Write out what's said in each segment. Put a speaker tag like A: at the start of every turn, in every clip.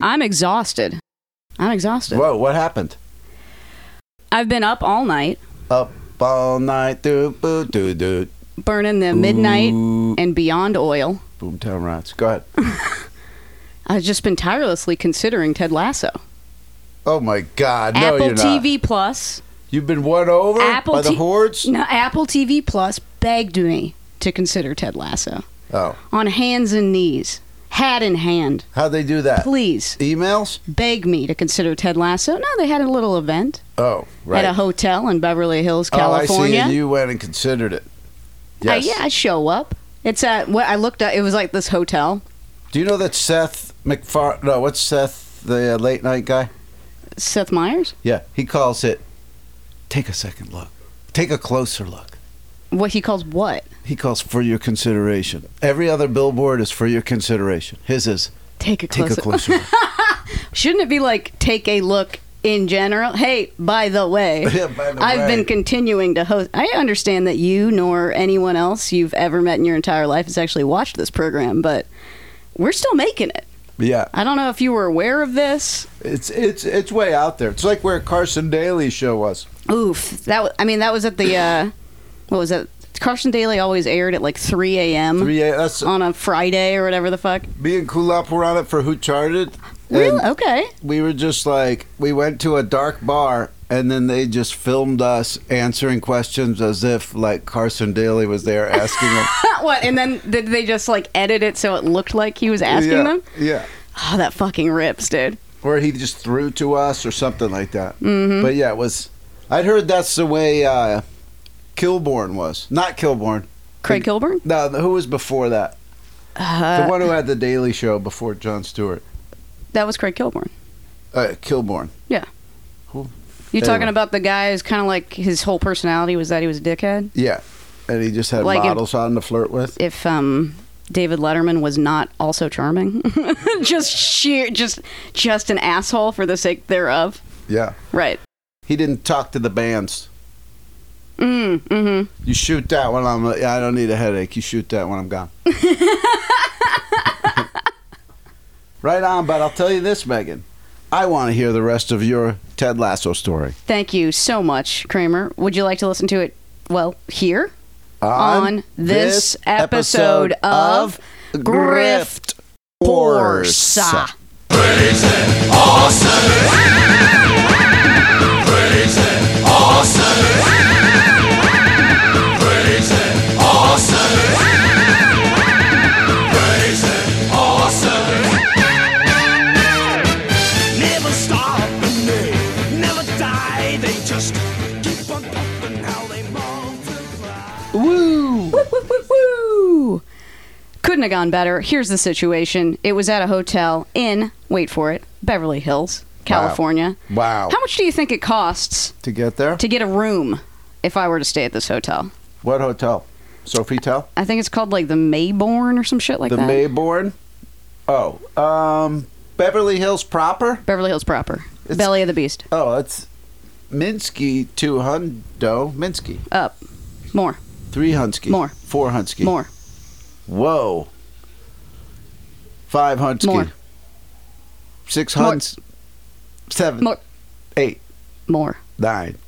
A: I'm exhausted. I'm exhausted.
B: Whoa, what happened?
A: I've been up all night
B: Up all night, do boo doo doo.
A: burning the midnight
B: Ooh.
A: and beyond oil.
B: Boomtown Rats. Go ahead.
A: I've just been tirelessly considering Ted Lasso.
B: Oh my God! No,
A: Apple
B: you're not.
A: TV Plus.
B: You've been won over
A: Apple
B: by the
A: T-
B: hordes.
A: No, Apple TV Plus begged me to consider Ted Lasso
B: Oh,
A: on hands and knees, hat in hand.
B: how'd they do that?
A: Please
B: Emails.
A: beg me to consider Ted Lasso. No, they had a little event
B: Oh, right.
A: at a hotel in Beverly Hills,
B: Oh, I see.
A: California.
B: And you went and considered it.
A: I-
B: Yes.
A: yeah, I show up. It's at what I looked at. It was like this hotel,
B: Do you know that Seth McFar? No, what's Seth, the uh, late night guy?
A: Seth Meyers.
B: Yeah, he calls it. Take a second look. Take a closer look.
A: What he calls what?
B: He calls for your consideration. Every other billboard is for your consideration. His is
A: Take a
B: take
A: closer.
B: a closer look.
A: Shouldn't it be like take a look in general? Hey, by the way,
B: Yeah, by the
A: I've
B: way.
A: been continuing to host. I understand that you nor anyone else you've ever met in your entire life has actually watched this program, but we're still making it.
B: Yeah,
A: I don't know if you were aware of this.
B: it's it's it's way out there. It's like where Carson Daly's show was.
A: Oof, that was, I mean that was at the uh, what was that? Carson Daly always aired at like 3 a.m.
B: Three A. That's
A: on a Friday or whatever the fuck.
B: me and Kulap were on it for Who Charted. and
A: Really? Okay.
B: we were just like we went to a dark bar and then they just filmed us answering questions as if like Carson Daly was there asking them.
A: what? And then did they just like edit it so it looked like he was asking
B: yeah,
A: them?
B: Yeah.
A: Oh, that fucking rips, dude.
B: Or he just threw to us or something like that. Mm-hmm. But yeah, it was I'd heard that's the way uh Kilborn was. Not Kilborn.
A: Craig Kilburn?
B: No, who was before that? the one who had the Daily Show before Jon Stewart.
A: Uh, That was Craig Kilburn.
B: Uh, Kilborn.
A: Yeah.
B: Who?
A: You
B: Anyway.
A: talking about the guy who's kind of like his whole personality was that he was a dickhead?
B: Yeah. And he just had
A: Like it-
B: models on to flirt with.
A: If um, David Letterman was not also charming, just sheer, just just an asshole for the sake thereof.
B: Yeah.
A: Right.
B: He didn't talk to the bands.
A: Mm, mm-hmm.
B: You shoot that when I'm. I don't need a headache. You shoot that when I'm gone. right on. But I'll tell you this, Megan. I want to hear the rest of your Ted Lasso story.
A: Thank you so much, Kramer. Would you like to listen to it? Well, here on, this, episode, of Grift Porsa.
C: Never stop and they never die. They just keep on popping how they multiply.
B: Woo!
A: Woo! Couldn't have gone better. Here's the situation. It was at a hotel in, wait for it, Beverly Hills, California.
B: Wow.
A: How much do you think it costs
B: To get there,
A: to get a room if I were to stay at this hotel?
B: what hotel? Sofitel,
A: I think it's called like the Mayborn or some shit like
B: the
A: that.
B: Mayborn. Oh, um, Beverly Hills proper.
A: Beverly Hills proper.
B: It's-
A: Belly of the Beast.
B: Oh, that's Minsky two hundo Minsky
A: Up. More.
B: three Hunsky
A: More.
B: four Hunsky
A: More.
B: Whoa. Five Hunsky.
A: More.
B: Six
A: More.
B: Huns. Seven.
A: More.
B: Eight.
A: More.
B: Nine.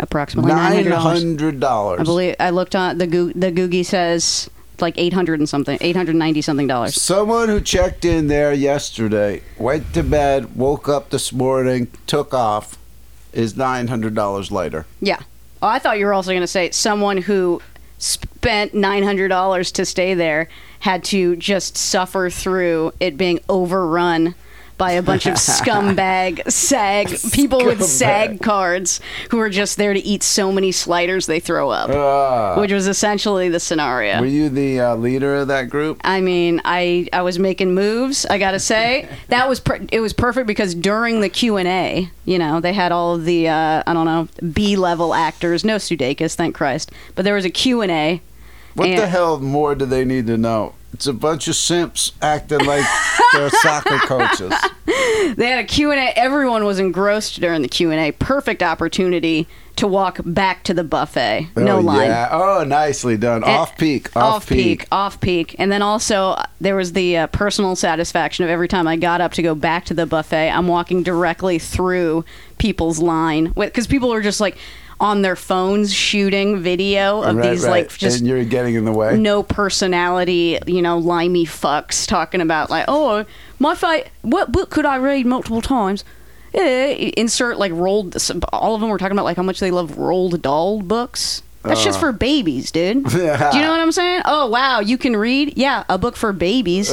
A: Approximately
B: Nine
A: $900.
B: hundred dollars.
A: I believe I looked on the Goo- the Googie says like 800 and something, 890 something dollars.
B: Someone who checked in there yesterday, went to bed, woke up this morning, took off, is nine hundred dollars later.
A: Yeah. Oh, I thought you were also going to say someone who spent $900 to stay there had to just suffer through it being overrun by a bunch of scumbag sag people with sag cards who are just there to eat so many sliders they throw up,
B: Ah.
A: which was essentially the scenario.
B: Were you the uh, leader of that group?
A: I mean, I I was making moves. I gotta say that was per- it was perfect because during the Q and A, you know, they had all of the uh, I don't know B level actors. No Sudeikis, thank Christ. But there was a Q and A.
B: What
A: And-
B: the hell more do they need to know? It's a bunch of simps acting like they're soccer coaches.
A: They had a Q&A. Everyone was engrossed during the Q&A. Perfect opportunity to walk back to the buffet. no
B: oh,
A: line.
B: Yeah. Oh, nicely done. off peak. Off,
A: off peak. off peak. And then also uh, there was the uh, personal satisfaction of every time I got up to go back to the buffet, I'm walking directly through people's line because people were just like on their phones shooting video of
B: Right,
A: these
B: right.
A: like just
B: and you're getting in the way.
A: no personality, you know, limey fucks talking about like, oh, my fight. What book could I read multiple times? Eh, insert like rolled. All of them were talking about like how much they love rolled doll books. That's just for babies, dude. Do you know what I'm saying? Oh wow, you can read? Yeah, a book for babies.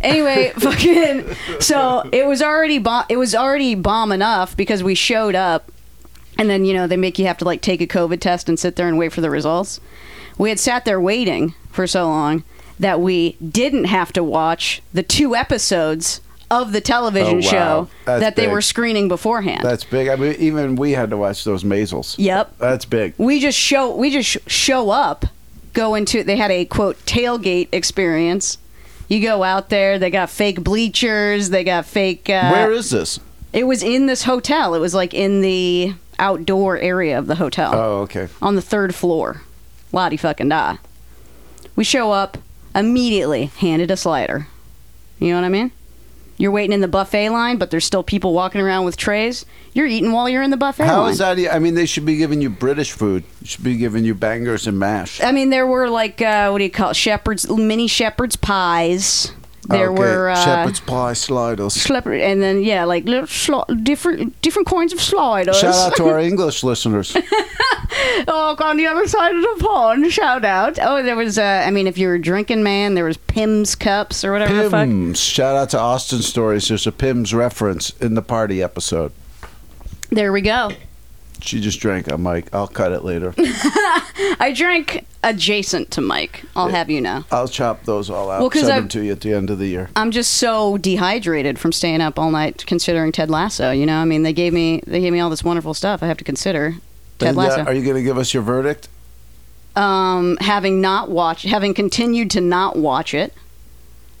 A: anyway, fucking. So it was already bomb. It was already bomb enough because we showed up and then, you know, they make you have to like take a COVID test and sit there and wait for the results. We had sat there waiting for so long that we didn't have to watch the two episodes of the television
B: Oh, wow.
A: show
B: That's
A: that they
B: big.
A: were screening beforehand.
B: That's big. I mean, even we had to watch those measles.
A: yep.
B: That's big.
A: We just show we just sh- show up, go into they had a quote tailgate experience. You go out there, they got fake bleachers, they got fake uh,
B: Where is this?
A: It was in this hotel. It was like in the outdoor area of the hotel
B: Oh, okay.
A: on the third floor. Lottie fucking die. We show up immediately, handed a slider. You know what I mean? You're waiting in the buffet line, but there's still people walking around with trays. You're eating while you're in the buffet
B: How
A: line.
B: is that? e- I mean, they should be giving you British food. They should be giving you bangers and mash.
A: I mean, there were like uh, what do you call it? shepherds mini shepherds pies. There
B: Okay,
A: were uh,
B: shepherd's pie sliders.
A: shepherd- and then yeah, like little sli- different different kinds of sliders.
B: Shout out to our English listeners.
A: Oh, on the other side of the pond, shout out. Oh, there was, uh, I mean, if you were a drinking man, there was Pim's cups or whatever the fuck.
B: Pims. Shout out to Austin Stories. There's a Pims reference in the party episode.
A: There we go.
B: She just drank on Mike. I'll cut it later.
A: I drank adjacent to Mike, I'll have you know.
B: I'll chop those all out.
A: Well, 'cause
B: Send
A: I've-
B: them to you at the end of the year.
A: I'm just so dehydrated from staying up all night considering Ted Lasso, you know? I mean, they gave me they gave me all this wonderful stuff I have to consider. Ted
B: And, uh,
A: Lasso.
B: are you going to give us your verdict?
A: um, having not watched, having continued to not watch it,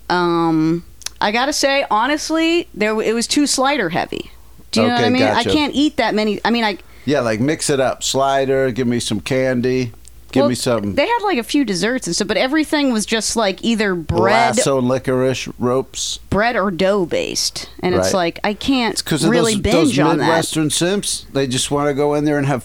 A: um, I gotta say honestly, there it was too slider heavy. Do you know
B: Okay,
A: what I mean?
B: gotcha.
A: I can't eat that many. I mean, I
B: Yeah, like mix it up. Slider. Give me some candy. Give
A: well,
B: me some
A: They had like a few desserts and stuff, but everything was just like either bread,
B: lasso licorice ropes.
A: bread or dough based, and it's
B: Right.
A: like I can't
B: Because
A: really
B: those,
A: binge
B: those
A: on that.
B: Midwestern simps, they just want to go in there and have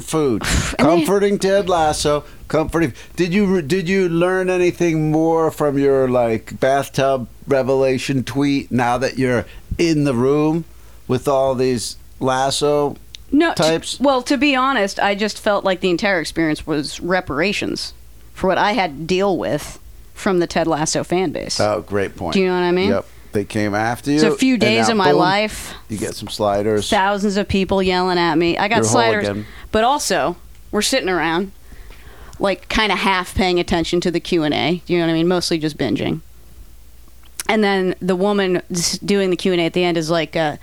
B: food, comforting Ted Lasso. Comforting. Did you did you learn anything more from your like bathtub revelation tweet? Now that you're in the room with all these Lasso
A: No, t-
B: types?
A: well, to be honest, I just felt like the entire experience was reparations for what I had to deal with from the Ted Lasso fan base.
B: Oh, great point.
A: Do you know what I mean?
B: Yep. They came after you.
A: It's a few
B: and
A: days
B: now,
A: of my
B: boom,
A: life.
B: You get some sliders.
A: Thousands of people yelling at me. I got
B: You're whole
A: sliders,
B: again.
A: but also we're sitting around, like kind of half paying attention to the Q and A. You know what I mean? Mostly just binging. And then the woman s- doing the Q and A at the end is like, uh,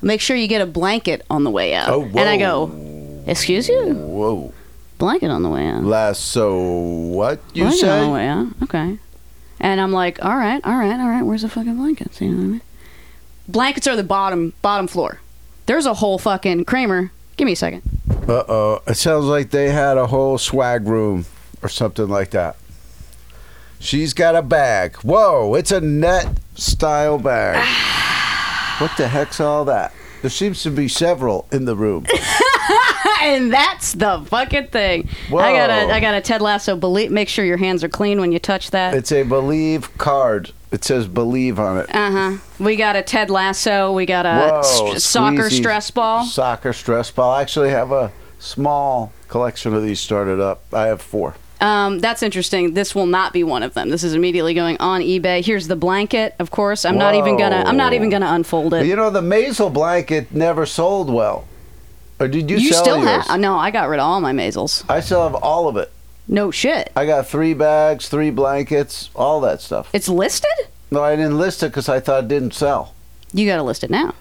A: "Make sure you get a blanket on the way out."
B: Oh,
A: And I go,
B: whoa.
A: "Hmm." "Excuse you,
B: Whoa.
A: blanket on the way out."
B: Lasso. What you
A: blanket
B: say?
A: on the way out. Okay. And I'm like, "All right, all right, all right. Where's the fucking blankets?" You know what I mean? Blankets are the bottom bottom floor. There's a whole fucking Kramer. Give me a second.
B: Uh oh. It sounds like they had a whole swag room or something like that. She's got a bag. Whoa, it's a net style bag. what the heck's all that? There seems to be several in the room.
A: and that's the fucking thing.
B: Whoa.
A: I got a I got a Ted Lasso believe make sure your hands are clean when you touch that.
B: It's a believe card. It says believe on it.
A: uh-huh. We got a Ted Lasso, we got a
B: Whoa,
A: Uh, s- soccer
B: squeezy
A: stress ball.
B: Soccer stress ball. I actually have a small collection of these started up. I have four.
A: Um, that's interesting. This will not be one of them. This is immediately going on eBay. Here's the blanket, of course. I'm not even gonna I'm not
B: Whoa.
A: even gonna unfold it.
B: you know, the maisel blanket never sold well. Or did you,
A: You
B: sell
A: still
B: yours?
A: have no, I got rid of all my measles.
B: I still have all of it.
A: No shit.
B: I got three bags, three blankets, all that stuff.
A: It's listed?
B: No, I didn't list it because I thought it didn't sell.
A: You gotta list it now.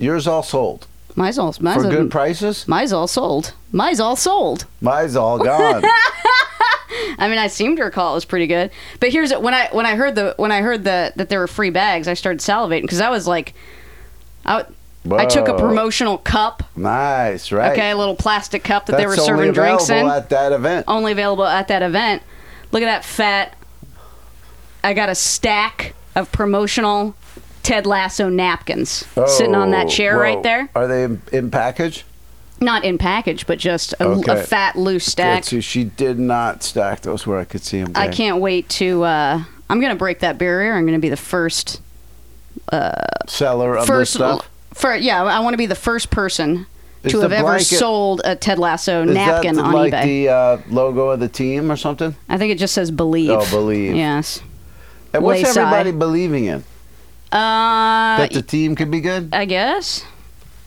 B: Yours all sold
A: Mine's all mine's,
B: for
A: all-
B: good prices.
A: mine's all sold. Mine's all sold.
B: Mine's all gone.
A: I mean, I seem to recall it was pretty good. But here's when I when I heard the when I heard the that there were free bags, I started salivating because I was like, I I took a
B: Whoa.
A: promotional cup,
B: Nice, right?
A: okay, a little plastic cup that
B: That's
A: they were
B: only
A: serving drinks in,
B: available at that event.
A: only available at that event. Look at that fat. I got a stack of promotional Ted Lasso napkins sitting on that
B: Oh,
A: chair
B: whoa.
A: right there.
B: Are they in, in package?
A: Not in package, but just a, a
B: Okay.
A: fat loose stack.
B: Good, so she did not stack those where I could see them.
A: I can't wait to. Uh, I'm gonna break that barrier. I'm gonna be the first.
B: seller of
A: first.
B: this stuff.
A: For yeah, I want to be the first person
B: Is
A: to
B: the
A: have ever
B: blanket-
A: sold a Ted Lasso
B: Is
A: napkin
B: that
A: on
B: like
A: eBay.
B: the uh, logo of the team or something?
A: I think it just says believe.
B: Oh, believe.
A: Yes.
B: And what's
A: Lace eye.
B: everybody believing in?
A: Uh,
B: That the team could be good?
A: I guess.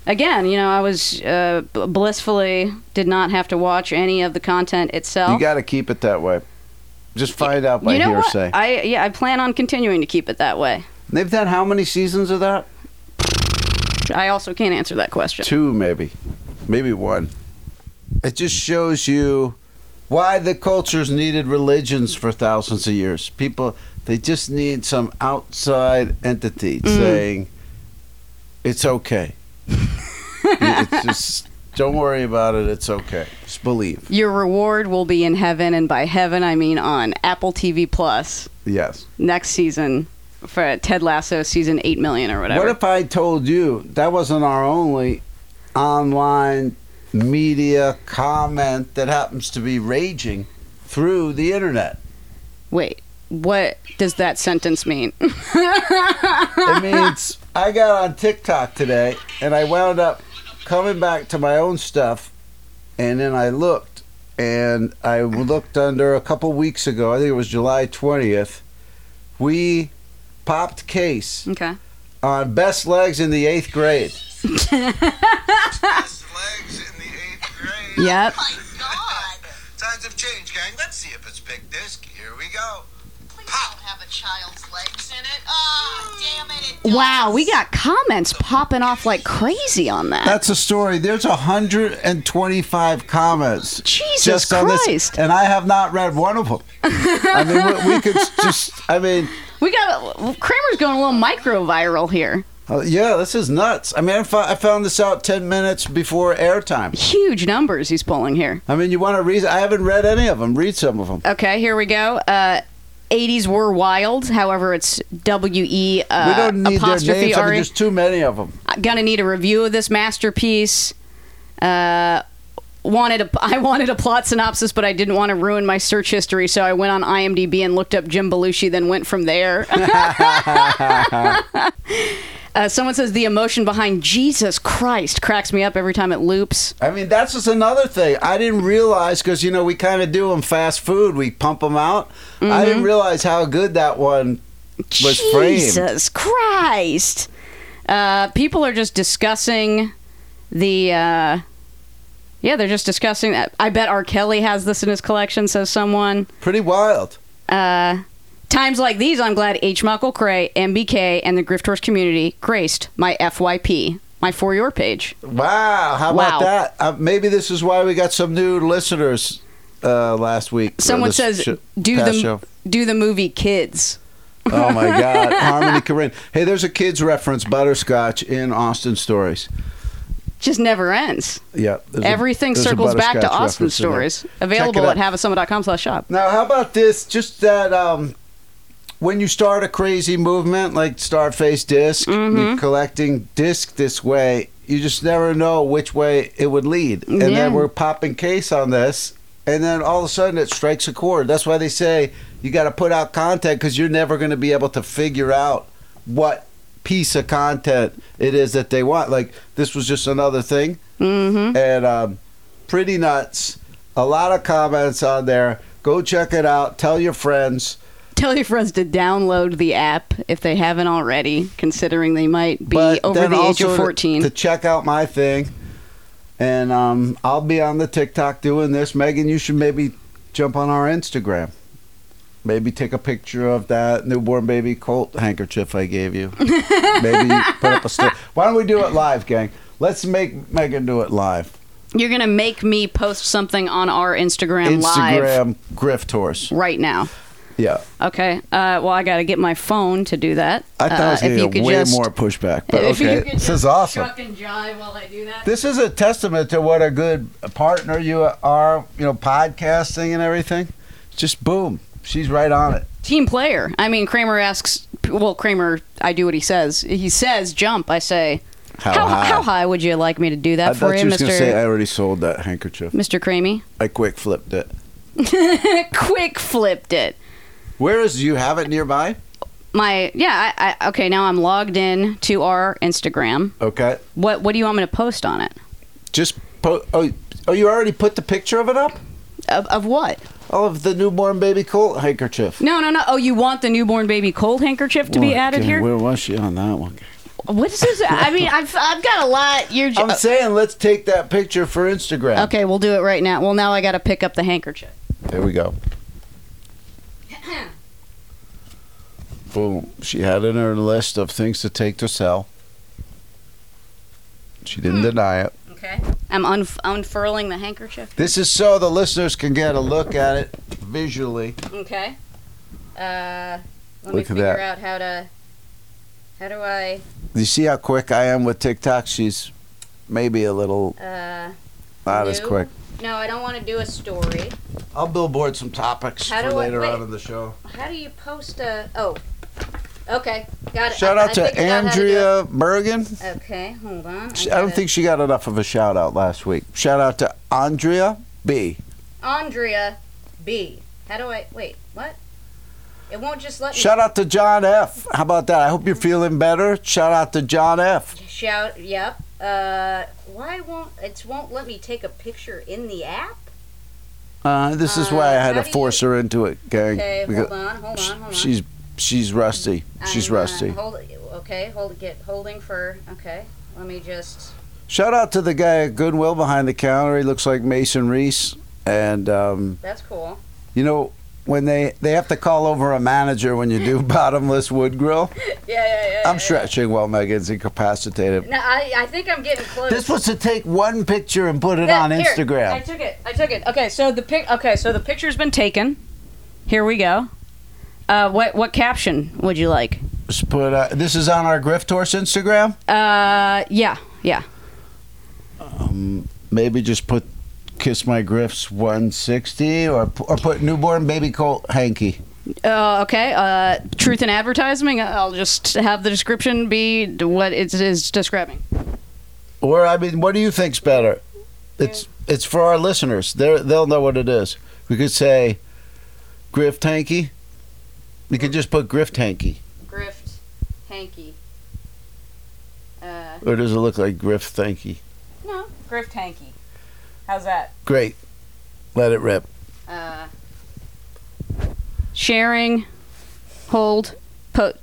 A: Again, you know, I was uh, b- blissfully did not have to watch any of the content itself.
B: You got to keep it that way. Just find out by
A: You know
B: hearsay.
A: what? I yeah, I plan on continuing to keep it that way.
B: They've done how many seasons of that?
A: I also can't answer that question.
B: Two, maybe. Maybe one. It just shows you why the cultures needed religions for thousands of years. People, they just need some outside entity
A: Mm-hmm.
B: saying, it's okay. it's just, don't worry about it. It's okay. Just believe.
A: Your reward will be in heaven, and by heaven I mean on Apple TV Plus
B: Yes.
A: next season for Ted Lasso season eight million or whatever.
B: What if I told you that wasn't our only online media comment that happens to be raging through the internet?
A: Wait, what does that sentence mean?
B: It means I got on TikTok today and I wound up coming back to my own stuff and then I looked and I looked under a couple weeks ago, I think it was July 20th, we popped case
A: okay.
B: on best legs in the 8th grade.
D: Best legs in the eighth grade.
E: Oh
A: Yep.
D: my god. Times have changed, gang. Let's see if it's big disc. Here we go.
E: Please don't have a child's legs in it. Oh, damn it. it
A: Wow,
E: does.
A: we got comments popping off like crazy on that.
B: That's a story. There's 125 comments.
A: Jesus
B: just on this,
A: Christ.
B: and I have not read one of them. I mean, we, we could just. I mean,
A: We got Kramer's going a little micro viral here.
B: uh, yeah, this is nuts. I mean, I, fo- I found this out 10 minutes before airtime.
A: Huge numbers he's pulling here.
B: I mean, you want to read? I haven't read any of them. Read some of them.
A: Okay, here we go. Uh, 80s were wild. However, it's W E uh,
B: we don't need their
A: apostrophe
B: names. I mean,
A: R E.
B: there's too many of them.
A: I'm gonna need a review of this masterpiece. Uh, wanted a, I wanted a plot synopsis, but I didn't want to ruin my search history, so I went on IMDb and looked up Jim Belushi, then went from there. uh, someone says the emotion behind Jesus Christ cracks me up every time it loops.
B: I mean, that's just another thing. I didn't realize because you know we kind of do them fast food. We pump them out.
A: Mm-hmm.
B: I didn't realize how good that one was framed.
A: Jesus Christ! Uh, people are just discussing the. Uh, yeah, they're just discussing that. I bet R. Kelly has this in his collection, says someone.
B: Pretty wild.
A: Uh, times like these, I'm glad H. Michael Cray, MBK, and the Griftors community graced my FYP, my For Your page.
B: Wow, how
A: Wow.
B: about that? Uh, maybe this is why we got some new listeners uh, last week. or
A: Someone
B: this
A: says,
B: sh-
A: "Do
B: past
A: the
B: show."
A: do the movie Kids."
B: Oh my God, Harmony Korine. Hey, there's a kids reference butterscotch in Austin Stories.
A: Just never ends.
B: Yeah, there's a-
A: Everything
B: there's a
A: circles back to
B: butterscotch
A: Austin
B: reference in there.
A: stories. Available
B: Check
A: at
B: it out.
A: havasummer.com slash shop.
B: Now, how about this? Just that um, when you start a crazy movement like Starface disk
A: Mm-hmm.
B: you're collecting disc this way. You just never know which way it would lead. And
A: Yeah.
B: then we're popping case on this, and then all of a sudden it strikes a chord. That's why they say you got to put out content because you're never going to be able to figure out what piece of content it is that they want. Like this was just another thing
A: Mm-hmm.
B: and um, pretty nuts. A lot of comments on there. Go check it out. Tell your friends.
A: Tell your friends to download the app if they haven't already, considering they might be
B: but
A: over
B: then
A: the age
B: also
A: of
B: to-
A: 14.
B: To, check out my thing, and um, I'll be on the TikTok doing this. Megan, you should maybe jump on our Instagram. Maybe take a picture of that newborn baby Colt handkerchief I gave you. maybe you put up a story. Why don't we do it live, gang? Let's make Megan do it live.
A: You're going to make me post something on our Instagram, live
B: Instagram grift horse.
A: right now.
B: Yeah.
A: Okay. Uh, well, I got to get my phone to do that.
B: I thought
A: uh,
B: I was
A: if you
B: going to
A: could
B: get way
A: just,
B: more pushback, but
A: if you
B: okay.
A: could
B: This
A: just
B: is awesome.
A: truck and jive while I do that.
B: This is a testament to what a good partner you are, you know, podcasting and everything. Just boom. She's right on it.
A: Team player. I mean, Kramer asks. Well, Kramer, I do what he says. He says jump. I say.
B: How
A: how,
B: high?"
A: high would you like me to do that
B: I
A: for
B: thought
A: you,
B: you was going to say, uh,
A: Mister
B: I already sold that handkerchief.
A: Mister Creamy?
B: I quick flipped it.
A: Quick flipped it.
B: Where is, do you have it nearby?
A: My yeah. I, I, okay, now I'm logged in to our Instagram.
B: Okay.
A: What what do you want me to post on it?
B: Just, po- oh, oh, you already put the picture of it up?
A: Of, of what?
B: Oh, of the newborn baby Colt handkerchief.
A: No, no, no. Oh, you want the newborn baby cold handkerchief to be
B: Well,
A: added
B: okay,
A: here?
B: Where was she on that one?
A: What is this? I mean, I've, I've got a lot. You're
B: I'm
A: just,
B: saying let's take that picture for Instagram.
A: okay. We'll do it right now. Well, now I got to pick up the handkerchief.
B: There we go. Boom. She had in her list of things to take to sell. She didn't
A: Hmm.
B: deny it.
A: Okay. I'm unf- unfurling the handkerchief.
B: This is so the listeners can get a look at it visually.
A: Okay. Uh, let
B: Look at that.
A: out how to. How do I?
B: You see how quick I am with TikTok? She's maybe a little
A: Uh,
B: not as
A: new?
B: quick.
A: no, I don't want to do a story.
B: I'll billboard some topics
A: How
B: for
A: do I-
B: later
A: wait.
B: on in the show.
A: How do you post a? Oh. Okay. Got it.
B: Shout
A: I-
B: out
A: I
B: to
A: figured out how to do
B: Andrea Bergen.
A: it. Uh, okay, hold on.
B: She- I don't
A: gotta-
B: think she got enough of a shout out last week. Shout out to Andrea B.
A: Andrea B. How do I? Wait. What? It won't just let me.
B: Shout out to John F. How about that? I hope you're feeling better. Shout out to John F.
A: Shout, yep. Uh, why won't it won't let me take a picture in the app?
B: Uh, this is
A: Uh,
B: why I had
A: how
B: to
A: do you-
B: force her into it, gang.
A: Okay,
B: because
A: hold on, hold on, hold on.
B: She's she's rusty. She's
A: I'm, uh,
B: rusty.
A: hold, okay, hold, get holding for. Okay, let me just.
B: Shout out to the guy at Goodwill behind the counter. He looks like Mason Reese. And um,
A: That's cool.
B: you know when they they have to call over a manager when you do bottomless wood grill.
A: Yeah, yeah, yeah.
B: I'm stretching while Megan's incapacitated.
A: No, I, I think I'm getting close.
B: This was to take one picture and put it on
A: Here,
B: Instagram.
A: I took it. I took it. Okay, so the pic. Okay, so the picture's been taken. Here we go. Uh, what what caption would you like?
B: Just put uh, this is on our Grift Horse Instagram.
A: Uh, yeah, yeah.
B: Um, Maybe just put "Kiss My Grifts 160" or p- or put "Newborn Baby Colt Hanky."
A: Uh, okay. Uh, truth in advertising. I'll just have the description be what it is describing.
B: Or I mean, what do you think's better? It's it's for our listeners. They they'll know what it is. We could say "Grift Hanky." We could just put "Grift Hanky,"
A: Grift, hanky. Uh,
B: or does it look like "Grift Hanky"?
A: no, grift hanky. How's that?
B: Great. Let it rip.
A: Uh, sharing, hold, po-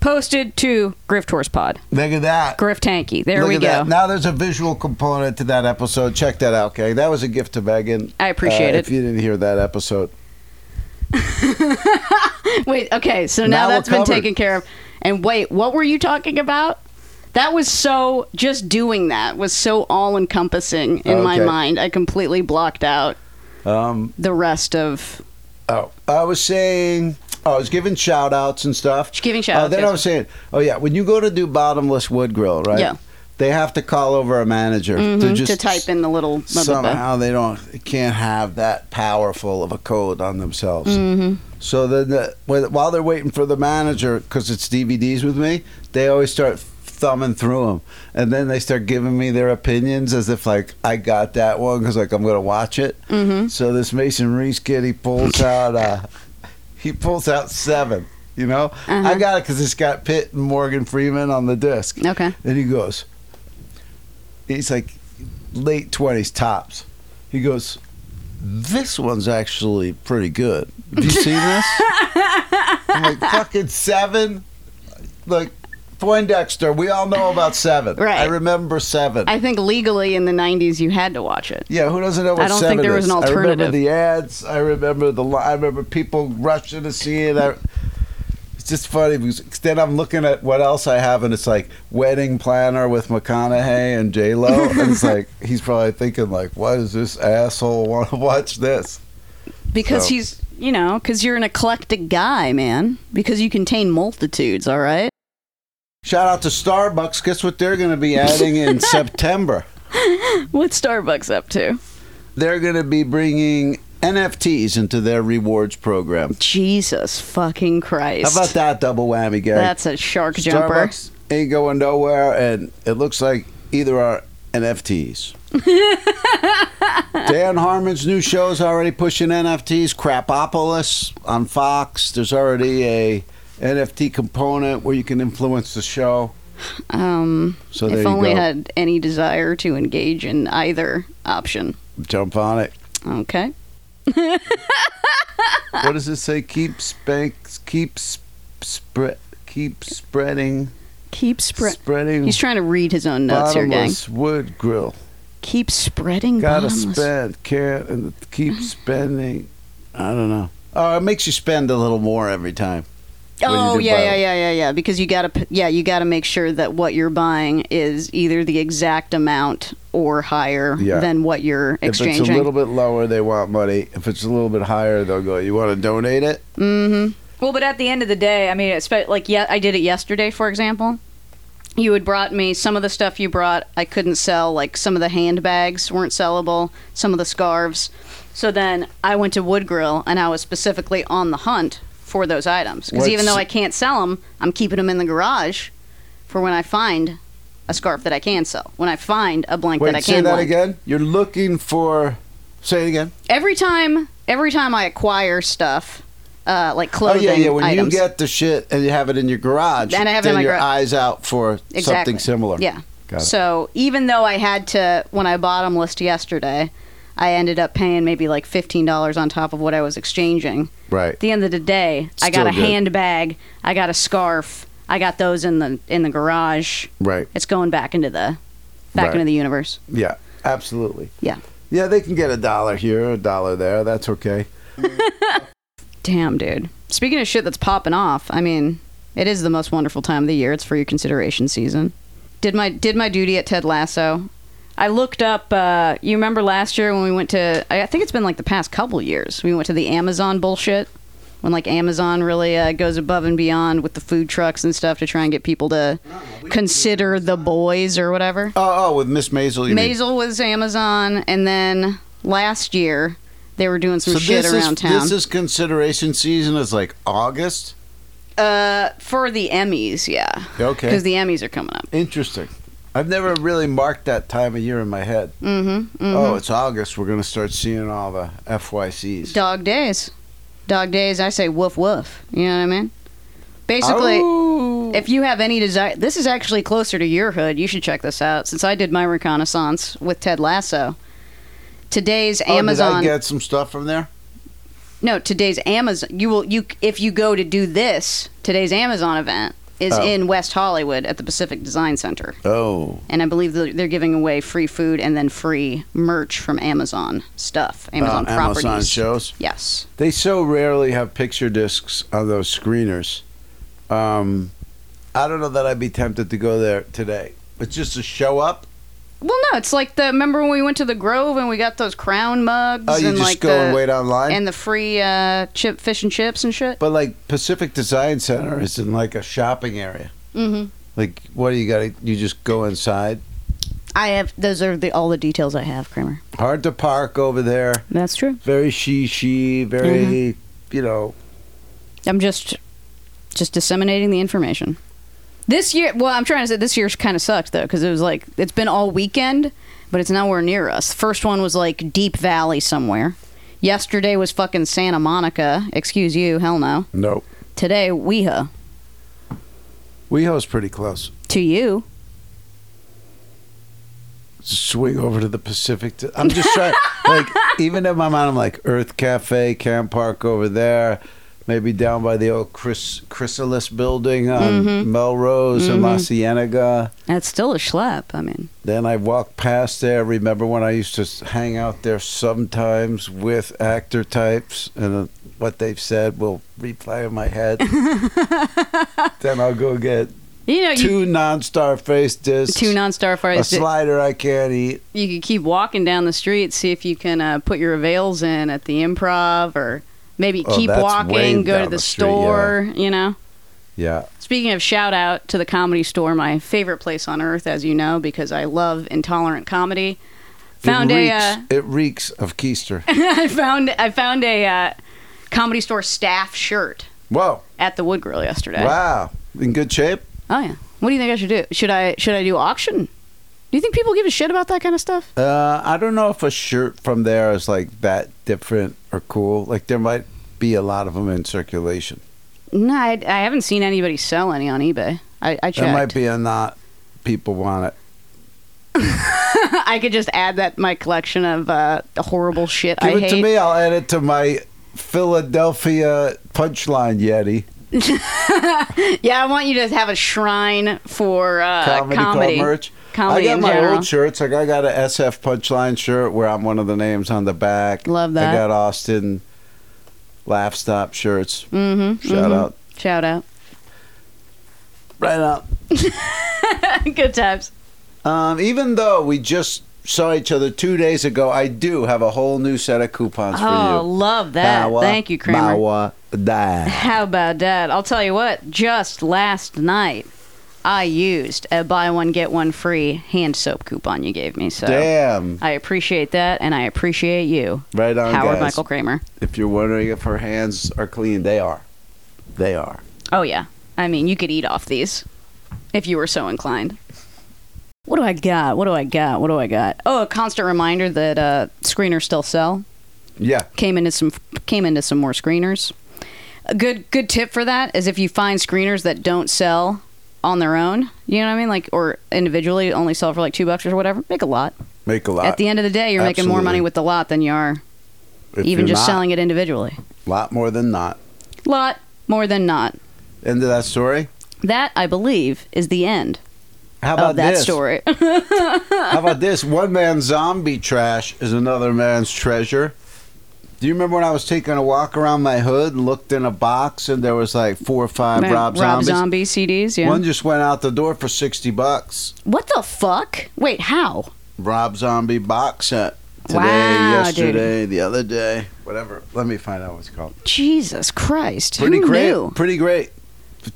A: posted to Grift Horse Pod.
B: Look at that.
A: Grift hanky. There
B: Look
A: we
B: at
A: go.
B: that. Now there's a visual component to that episode. Check that out, okay? That was a gift to Megan.
A: I appreciate
B: uh,
A: it.
B: If you didn't hear that episode,
A: Wait, okay, so
B: Now
A: now,
B: we're
A: that's been
B: covered.
A: taken care of. And wait, what were you talking about? That was so just doing that was so all encompassing in my
B: Okay.
A: mind. I completely blocked out
B: um,
A: the rest of
B: oh, I was saying, oh, I was giving shout outs and stuff.
A: Giving shout-outs,
B: Uh, then
A: yes.
B: I was saying, oh, yeah, when you go to do Bottomless Wood Grill, right?
A: Yeah.
B: They have to call over a manager to
A: Mhm,
B: just
A: to type in the little blah, blah, blah.
B: somehow they don't they can't have that powerful of a code on themselves. Mm-hmm. So then, the, when- while they're waiting for the manager, because it's DVDs with me, they always start thumbing through them, and then they start giving me their opinions as if like I got that one because like I'm gonna watch it. Mm-hmm. So this Mason Reese kid, he pulls out, uh, he pulls out seven. You know, I got it because it's got Pitt and Morgan Freeman on the disc.
A: Okay.
B: And he goes, he's like late 20s tops. He goes, this one's actually pretty good. Have you seen this? I'm like, fucking seven? Like, Poindexter, we all know about seven.
A: Right.
B: I remember seven.
A: I think legally in the 90s you had to watch it.
B: yeah, who doesn't know what
A: I don't think
B: seven
A: there was
B: is?
A: an
B: I remember
A: alternative.
B: the ads. I remember the. li- I remember people rushing to see it. I, It's just funny because then I'm looking at what else I have, and it's like wedding planner with McConaughey and J Lo, and it's like he's probably thinking like, "Why does this asshole want to watch this?"
F: because
B: So-
F: he's you know because you're an eclectic guy man because you contain multitudes all right
B: Shout out to Starbucks. Guess what they're going to be adding in September?
F: what's starbucks up to
B: They're going to be bringing NFTs into their rewards program.
F: jesus fucking
B: How
F: christ
B: about that double whammy, Gary?
F: that's a shark jumper
B: Starbucks ain't going nowhere, and it looks like either are NFTs. Dan Harmon's new show's already pushing NFTs. Crapopolis on Fox. There's already a NFT component where you can influence the show.
F: um
B: So there
F: if
B: you
F: only
B: go.
F: had any desire to engage in either option
B: Jump on it.
F: okay
B: what does it say? Keep spank, keep sp- spread, keep spreading,
F: keep spread
B: spreading.
F: he's trying to read his own notes here gang
B: bottomless wood grill.
F: keep spreading
B: Gotta
F: bottomless-
B: spend, can't and keep spending. I don't know. Oh, it makes you spend a little more every time. when you
F: Oh
B: do
F: yeah,
B: buy
F: yeah,
B: one.
F: yeah, yeah, yeah. Because you gotta, p- yeah, you gotta make sure that what you're buying is either the exact amount or higher
B: Yeah.
F: than what you're
B: If it's a
F: exchanging.
B: little bit lower, they want money. If it's a little bit higher, they'll go. You want to donate it?
F: well, but at the end of the day, I mean, it's spe- like yeah, I did it yesterday, for example. You had brought me some of the stuff you brought. I couldn't sell, like some of the handbags weren't sellable, some of the scarves. So then I went to Wood Grill, and I was specifically on the hunt for those items because even
B: What's-
F: though I can't sell them, I'm keeping them in the garage for when I find a scarf that I can sell. When I find a blank
B: Wait,
F: that I
B: say
F: can.
B: that
F: blank.
B: again. You're looking for. Say it again.
F: Every time, every time I acquire stuff, uh, like
B: Oh
F: clothing
B: yeah, yeah. When
F: items.
B: you get the shit and you have it in your garage,
F: And I have it
B: then
F: in my
B: your
F: garage.
B: eyes out for
F: Exactly.
B: something similar.
F: Yeah.
B: Got it.
F: So even though I had to, when I bottomless yesterday, I ended up paying maybe like fifteen dollars on top of what I was exchanging.
B: Right.
F: At the end of the day, I
B: Still
F: got a
B: good.
F: handbag, I got a scarf, I got those in the in the garage.
B: Right.
F: It's going back into the back
B: Right.
F: into the universe.
B: Yeah. Absolutely.
F: Yeah.
B: Yeah, they can get a dollar here, a dollar there. That's okay.
F: Damn, dude. Speaking of shit that's popping off, I mean, it is the most wonderful time of the year. It's for your consideration season. Did my did my duty at Ted Lasso. I looked up. Uh, you remember last year when we went to? I I think it's been like the past couple years. We went to the Amazon bullshit when like Amazon really uh, goes above and beyond with the food trucks and stuff to try and get people to consider the boys or whatever.
B: Oh, oh, with Miss Maisel, you mean.
F: Maisel was Amazon, and then last year they were doing some
B: So
F: shit
B: this
F: around
B: is,
F: town.
B: This is consideration season. Is like August.
F: Uh, for the Emmys, yeah.
B: Okay.
F: Because the Emmys are coming up.
B: Interesting. I've never really marked that time of year in my head.
F: Mm-hmm.
B: Oh, it's August. We're gonna start seeing all the FYCs.
F: Dog days. Dog days. I say woof woof. You know what I mean? Basically,
B: Oh.
F: if you have any desire, this is actually closer to your hood. You should check this out. Since I did my reconnaissance with Ted Lasso, today's
B: Oh,
F: Amazon.
B: Did I get some stuff from there?
F: no, today's Amazon. You will you if you go to do this. Today's Amazon event is
B: Oh.
F: in West Hollywood at the Pacific Design Center.
B: Oh,
F: and I believe they're they're giving away free food and then free merch from Amazon stuff, Amazon
B: uh,
F: properties.
B: Amazon shows.
F: Yes,
B: They so rarely have picture discs on those screeners. Um, I don't know that I'd be tempted to go there today. But just to show up,
F: Well, no, it's like the remember when we went to the Grove and we got those Crown mugs
B: oh, you
F: and
B: just
F: like
B: go
F: the
B: and wait online.
F: and the free uh, chip fish and chips and shit.
B: but like Pacific Design Center is in like a shopping area.
F: Mm-hmm.
B: Like, what do you got? to You just go inside.
F: I have those are the all the details I have, Kramer.
B: Hard to park over there.
F: That's true.
B: Very she she. Very, you know.
F: I'm just just disseminating the information. This year, well, I'm trying to say this year's kind of sucked though because it was like it's been all weekend, but it's nowhere near us. The first one was like Deep Valley somewhere. Yesterday was fucking Santa Monica. Excuse you, hell no.
B: Nope.
F: Today, Weha.
B: WeHo's pretty close.
F: To you,
B: swing over to the Pacific. To, I'm just trying, like, even in my mind, I'm like Earth Cafe, Camp Park over there, maybe down by the old Chris, Chrysalis building on Melrose and La Cienega.
F: that's still a schlep. I mean,
B: Then I walk past there. Remember when I used to s- hang out there sometimes with actor types, and uh, what they've said will replay in my head. then I'll go get
F: You know, you,
B: two non-star face discs,
F: two non-star
B: a
F: fries.
B: slider I can't eat.
F: You could keep walking down the street, see if you can uh, put your avails in at the improv, or maybe
B: Oh,
F: keep
B: that's way
F: walking, go
B: down
F: to the,
B: the street,
F: store. You know.
B: Yeah,
F: Speaking of shout out to the comedy store, my favorite place on earth, as you know, because I love intolerant comedy. Found
B: it
F: a,
B: reeks,
F: uh,
B: it reeks of keister.
F: I found I found a uh, comedy store staff shirt
B: Whoa!
F: at the Wood Grill yesterday.
B: Wow, in good shape.
F: Oh yeah. What do you think I should do? Should I should I do auction? Do you think people give a shit about that kind of stuff?
B: Uh, I don't know if a shirt from there is like that different or cool. Like there might be a lot of them in circulation.
F: No, I, I haven't seen anybody sell any on eBay. I, I
B: There
F: checked.
B: might be a not people want it.
F: I could just add that to my collection of uh, horrible shit
B: Give
F: I
B: it
F: hate.
B: to me. I'll add it to my Philadelphia punchline Yeti
F: Yeah, I want you to have a shrine for uh,
B: comedy,
F: comedy.
B: club merch. I
F: Comedy
B: got
F: in
B: my
F: general.
B: old shirts. Like I got a SF punchline shirt where I'm one of the names on the back.
F: Love that.
B: I got Austin laugh stop shirts.
F: Mm-hmm.
B: Shout out.
F: Shout out.
B: Right up.
F: Good times.
B: Um, even though we just saw each other two days ago, I do have a whole new set of coupons
F: Oh,
B: for you.
F: love that.
B: Bawa,
F: Thank you, Kramer.
B: bawa, da.
F: How about that? I'll tell you what, just last night I used a buy one get one free hand soap coupon you gave me. So
B: Damn.
F: I appreciate that and I appreciate you.
B: Right on,
F: Howard
B: Oh, guys.
F: Michael Kramer.
B: If you're wondering if her hands are clean, they are. They are.
F: Oh yeah. I mean, you could eat off these if you were so inclined. What do I got? What do I got? What do I got? Oh, a constant reminder that uh, screeners still sell.
B: Yeah.
F: came into some came into some more screeners. A good good tip for that is if you find screeners that don't sell on their own, you know what I mean, like or individually only sell for like two bucks or whatever, make a lot.
B: Make a lot.
F: At the end of the day, you're making more
B: absolutely.
F: money with the lot than you are
B: If
F: even
B: you're
F: just
B: not,
F: selling it individually.
B: lot more than not.
F: Lot more than not.
B: End of that story.
F: That I believe is the end
B: How about
F: of Oh, that
B: this?
F: story.
B: How about this? One man's zombie trash is another man's treasure. Do you remember when I was taking a walk around my hood and looked in a box and there was like four or five Rob, zombies?
F: Zombie CDs. Yeah.
B: One just went out the door for sixty bucks.
F: what the fuck? Wait, how?
B: Rob Zombie box set. Today,
F: Wow, dude.
B: yesterday, the other day, whatever. Let me find out what it's called.
F: Jesus Christ!
B: Pretty
F: Who
B: great.
F: knew?
B: Pretty great.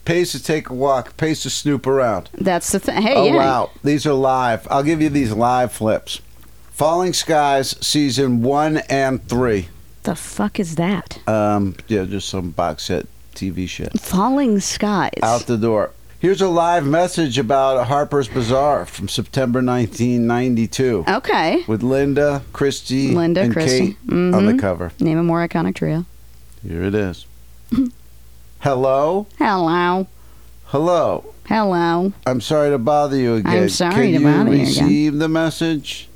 B: Pays to take a walk. Pays to snoop around.
F: That's the thing. Hey,
B: oh
F: yeah.
B: wow, these are live. I'll give you these live flips. Falling Skies season one and three.
F: The fuck is that?
B: Um, yeah, just some box set TV shit.
F: Falling skies.
B: Out the door. Here's a live message about Harper's Bazaar from September 1992
F: Okay.
B: with Linda, Christy,
F: Linda,
B: and
F: Christy.
B: Kate on the
F: Mhm.
B: cover.
F: Name a more iconic trio.
B: Here it is. Hello?
F: Hello.
B: Hello.
F: Hello.
B: I'm sorry to bother you again.
F: I'm sorry
B: Can
F: to
B: you
F: bother you
B: receive
F: again.
B: the message?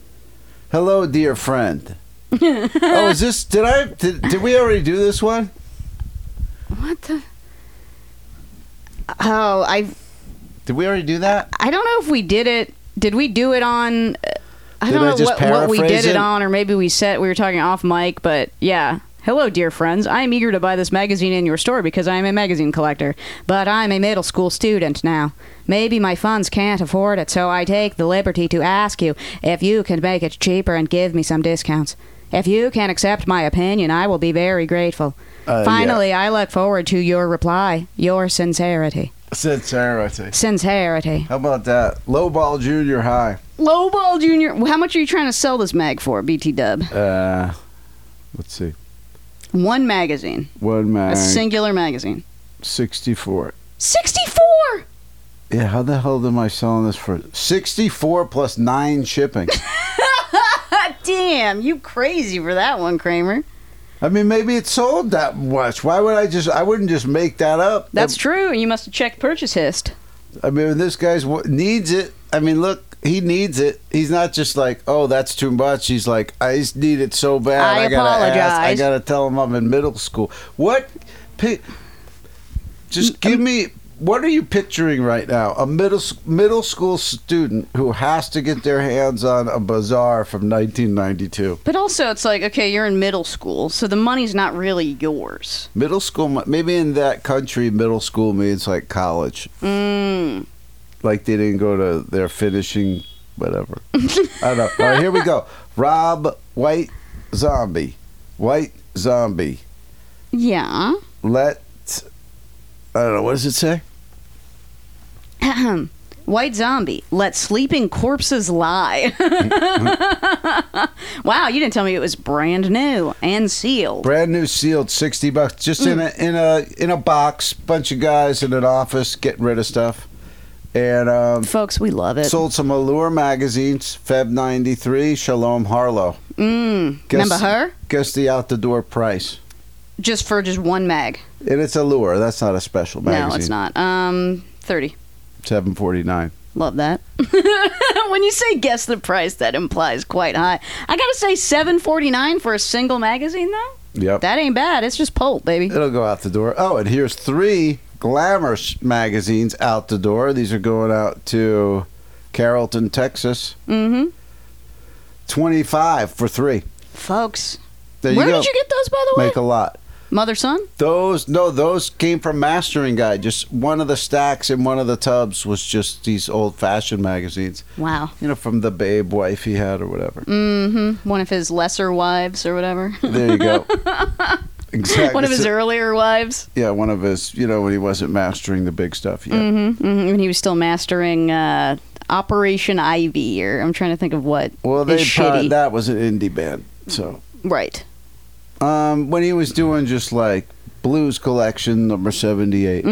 B: Hello, dear friend. oh, is this did I did, did we already do this one?
F: What the? Oh, I
B: Did we already do that?
F: I don't know if we did it. Did we do it on? I
B: Did
F: don't
B: I
F: know
B: just
F: what, what we
B: paraphrase
F: did it?
B: it?
F: on, or maybe we said we were talking off mic. But yeah. Hello, dear friends. I am eager to buy this magazine in your store because I am a magazine collector. But I'm a middle school student now. Maybe my funds can't afford it, so I take the liberty to ask you if you can make it cheaper and give me some discounts. If you can accept my opinion, I will be very grateful.
B: Uh,
F: Finally, I look forward to your reply. Your sincerity.
B: Sincerity.
F: Sincerity.
B: How about that? Lowball Junior High.
F: Lowball Junior. How much are you trying to sell this mag for, BT Dub?
B: Uh let's see.
F: One magazine,
B: One
F: a
B: mag
F: singular magazine.
B: sixty four.
F: Sixty-four.
B: Yeah, how the hell am I selling this for sixty four plus nine shipping?
F: God damn, you crazy for that one, Kramer.
B: I mean, maybe it sold that much. Why would I just? I wouldn't just make that up.
F: That's true, and you must have checked purchase hist.
B: I mean, this guy's wa- needs it. I mean, look, he needs it. He's not just like, oh, that's too much. He's like, I just need it so bad.
F: I
B: gotta ask. I
F: apologize. Mm,
B: gotta tell him I'm in middle school. What? Pi- Just give me what are you picturing right now? A middle s- middle school student who has to get their hands on a bazaar from 1992.
F: But also, it's like, okay, you're in middle school, so the money's not really yours.
B: Middle school, mu- maybe in that country, middle school means like college.
F: Mm.
B: Like they didn't go to their finishing, whatever. I don't know. All right, here we go. Rob White Zombie. White Zombie.
F: Yeah.
B: Let. I don't know. What does it say?
F: White Zombie, let sleeping corpses lie. wow, you didn't tell me it was brand new and sealed.
B: Brand new sealed, sixty bucks. Just in a in a in a box. Bunch of guys in an office getting rid of stuff, and um,
F: Folks, we love it.
B: sold some Allure magazines. Feb '93. Shalom Harlow.
F: mm. Remember her?
B: Guess the out the door price.
F: Just for just one mag.
B: And it's Allure. That's not a special magazine.
F: No, it's not. Um, 30.
B: Seven forty nine.
F: Love that. when you say guess the price, that implies quite high. I gotta say, seven forty nine for a single magazine though.
B: Yep.
F: That ain't bad. It's just pulp, baby.
B: It'll go out the door. Oh, and here's three glamour sh- magazines out the door. These are going out to Carrollton, Texas.
F: Mm-hmm.
B: Twenty five for three.
F: Folks,
B: There you
F: where
B: go.
F: did you get those, by the way?
B: Make a lot.
F: Mother son.
B: Those no, those came from Mastering Guy. Just one of the stacks in one of the tubs was just these old fashioned magazines.
F: Wow.
B: You know, from the babe wife he had or whatever.
F: Mm-hmm. One of his lesser wives or whatever.
B: There you go. exactly.
F: One of his er-, earlier wives.
B: yeah, one of his. You know, when he wasn't mastering the big stuff yet.
F: Mm-hmm. mm-hmm. When he was still mastering uh, Operation Ivy, or I'm trying to think of what.
B: Well,
F: is
B: they
F: shitty.
B: probably, that was an indie band. So
F: Right.
B: um, when he was doing just like blues collection number seventy
F: Mm,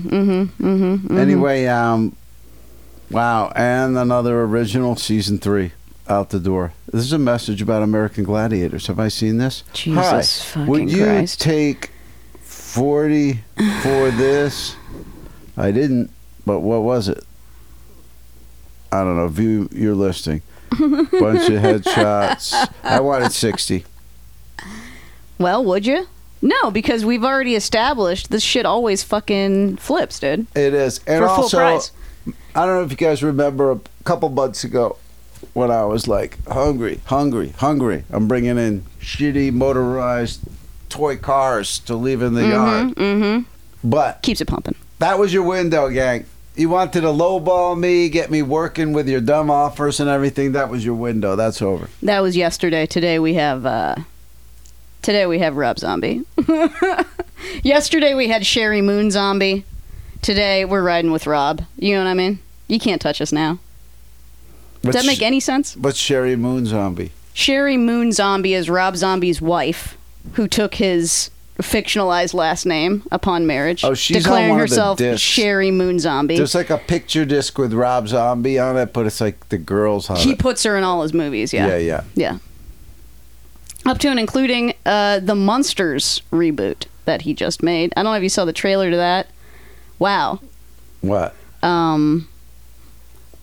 F: mm-hmm. Mm-hmm. mm-hmm.
B: Anyway, um, wow, and another original season three out the door. This is a message about American Gladiators. Have I seen this?
F: Jesus
B: Hi,
F: fucking
B: would you
F: Christ.
B: take forty for this? I didn't, but what was it? I don't know. View your listing. Bunch of headshots. I wanted sixty.
F: Well, would you? No, because we've already established this shit always fucking flips, dude.
B: It is, and
F: For full
B: also,
F: price.
B: I don't know if you guys remember a couple months ago when I was like hungry, hungry, hungry. I'm bringing in shitty motorized toy cars to leave in the yard,
F: Mm-hmm.
B: but
F: Keeps it pumping.
B: that was your window, gang. You wanted to lowball me, get me working with your dumb offers and everything. That was your window. That's over.
F: That was yesterday. Today we have uh today we have Rob Zombie. yesterday we had Sherry Moon Zombie. Today we're riding with Rob. You know what I mean? You can't touch us now. Does
B: What's,
F: that make any sense?
B: What's Sherry Moon Zombie?
F: Sherry Moon Zombie is Rob Zombie's wife who took his fictionalized last name upon marriage,
B: Oh, she's on
F: declaring
B: one of the
F: herself
B: discs.
F: Sherry Moon Zombie.
B: There's like a picture disc with Rob Zombie on it, but it's like the girls on
F: he
B: it.
F: puts her in all his movies, yeah.
B: yeah, yeah.
F: Yeah. Up to and including uh, the Monsters reboot that he just made. I don't know if you saw the trailer to that. Wow.
B: What?
F: Um,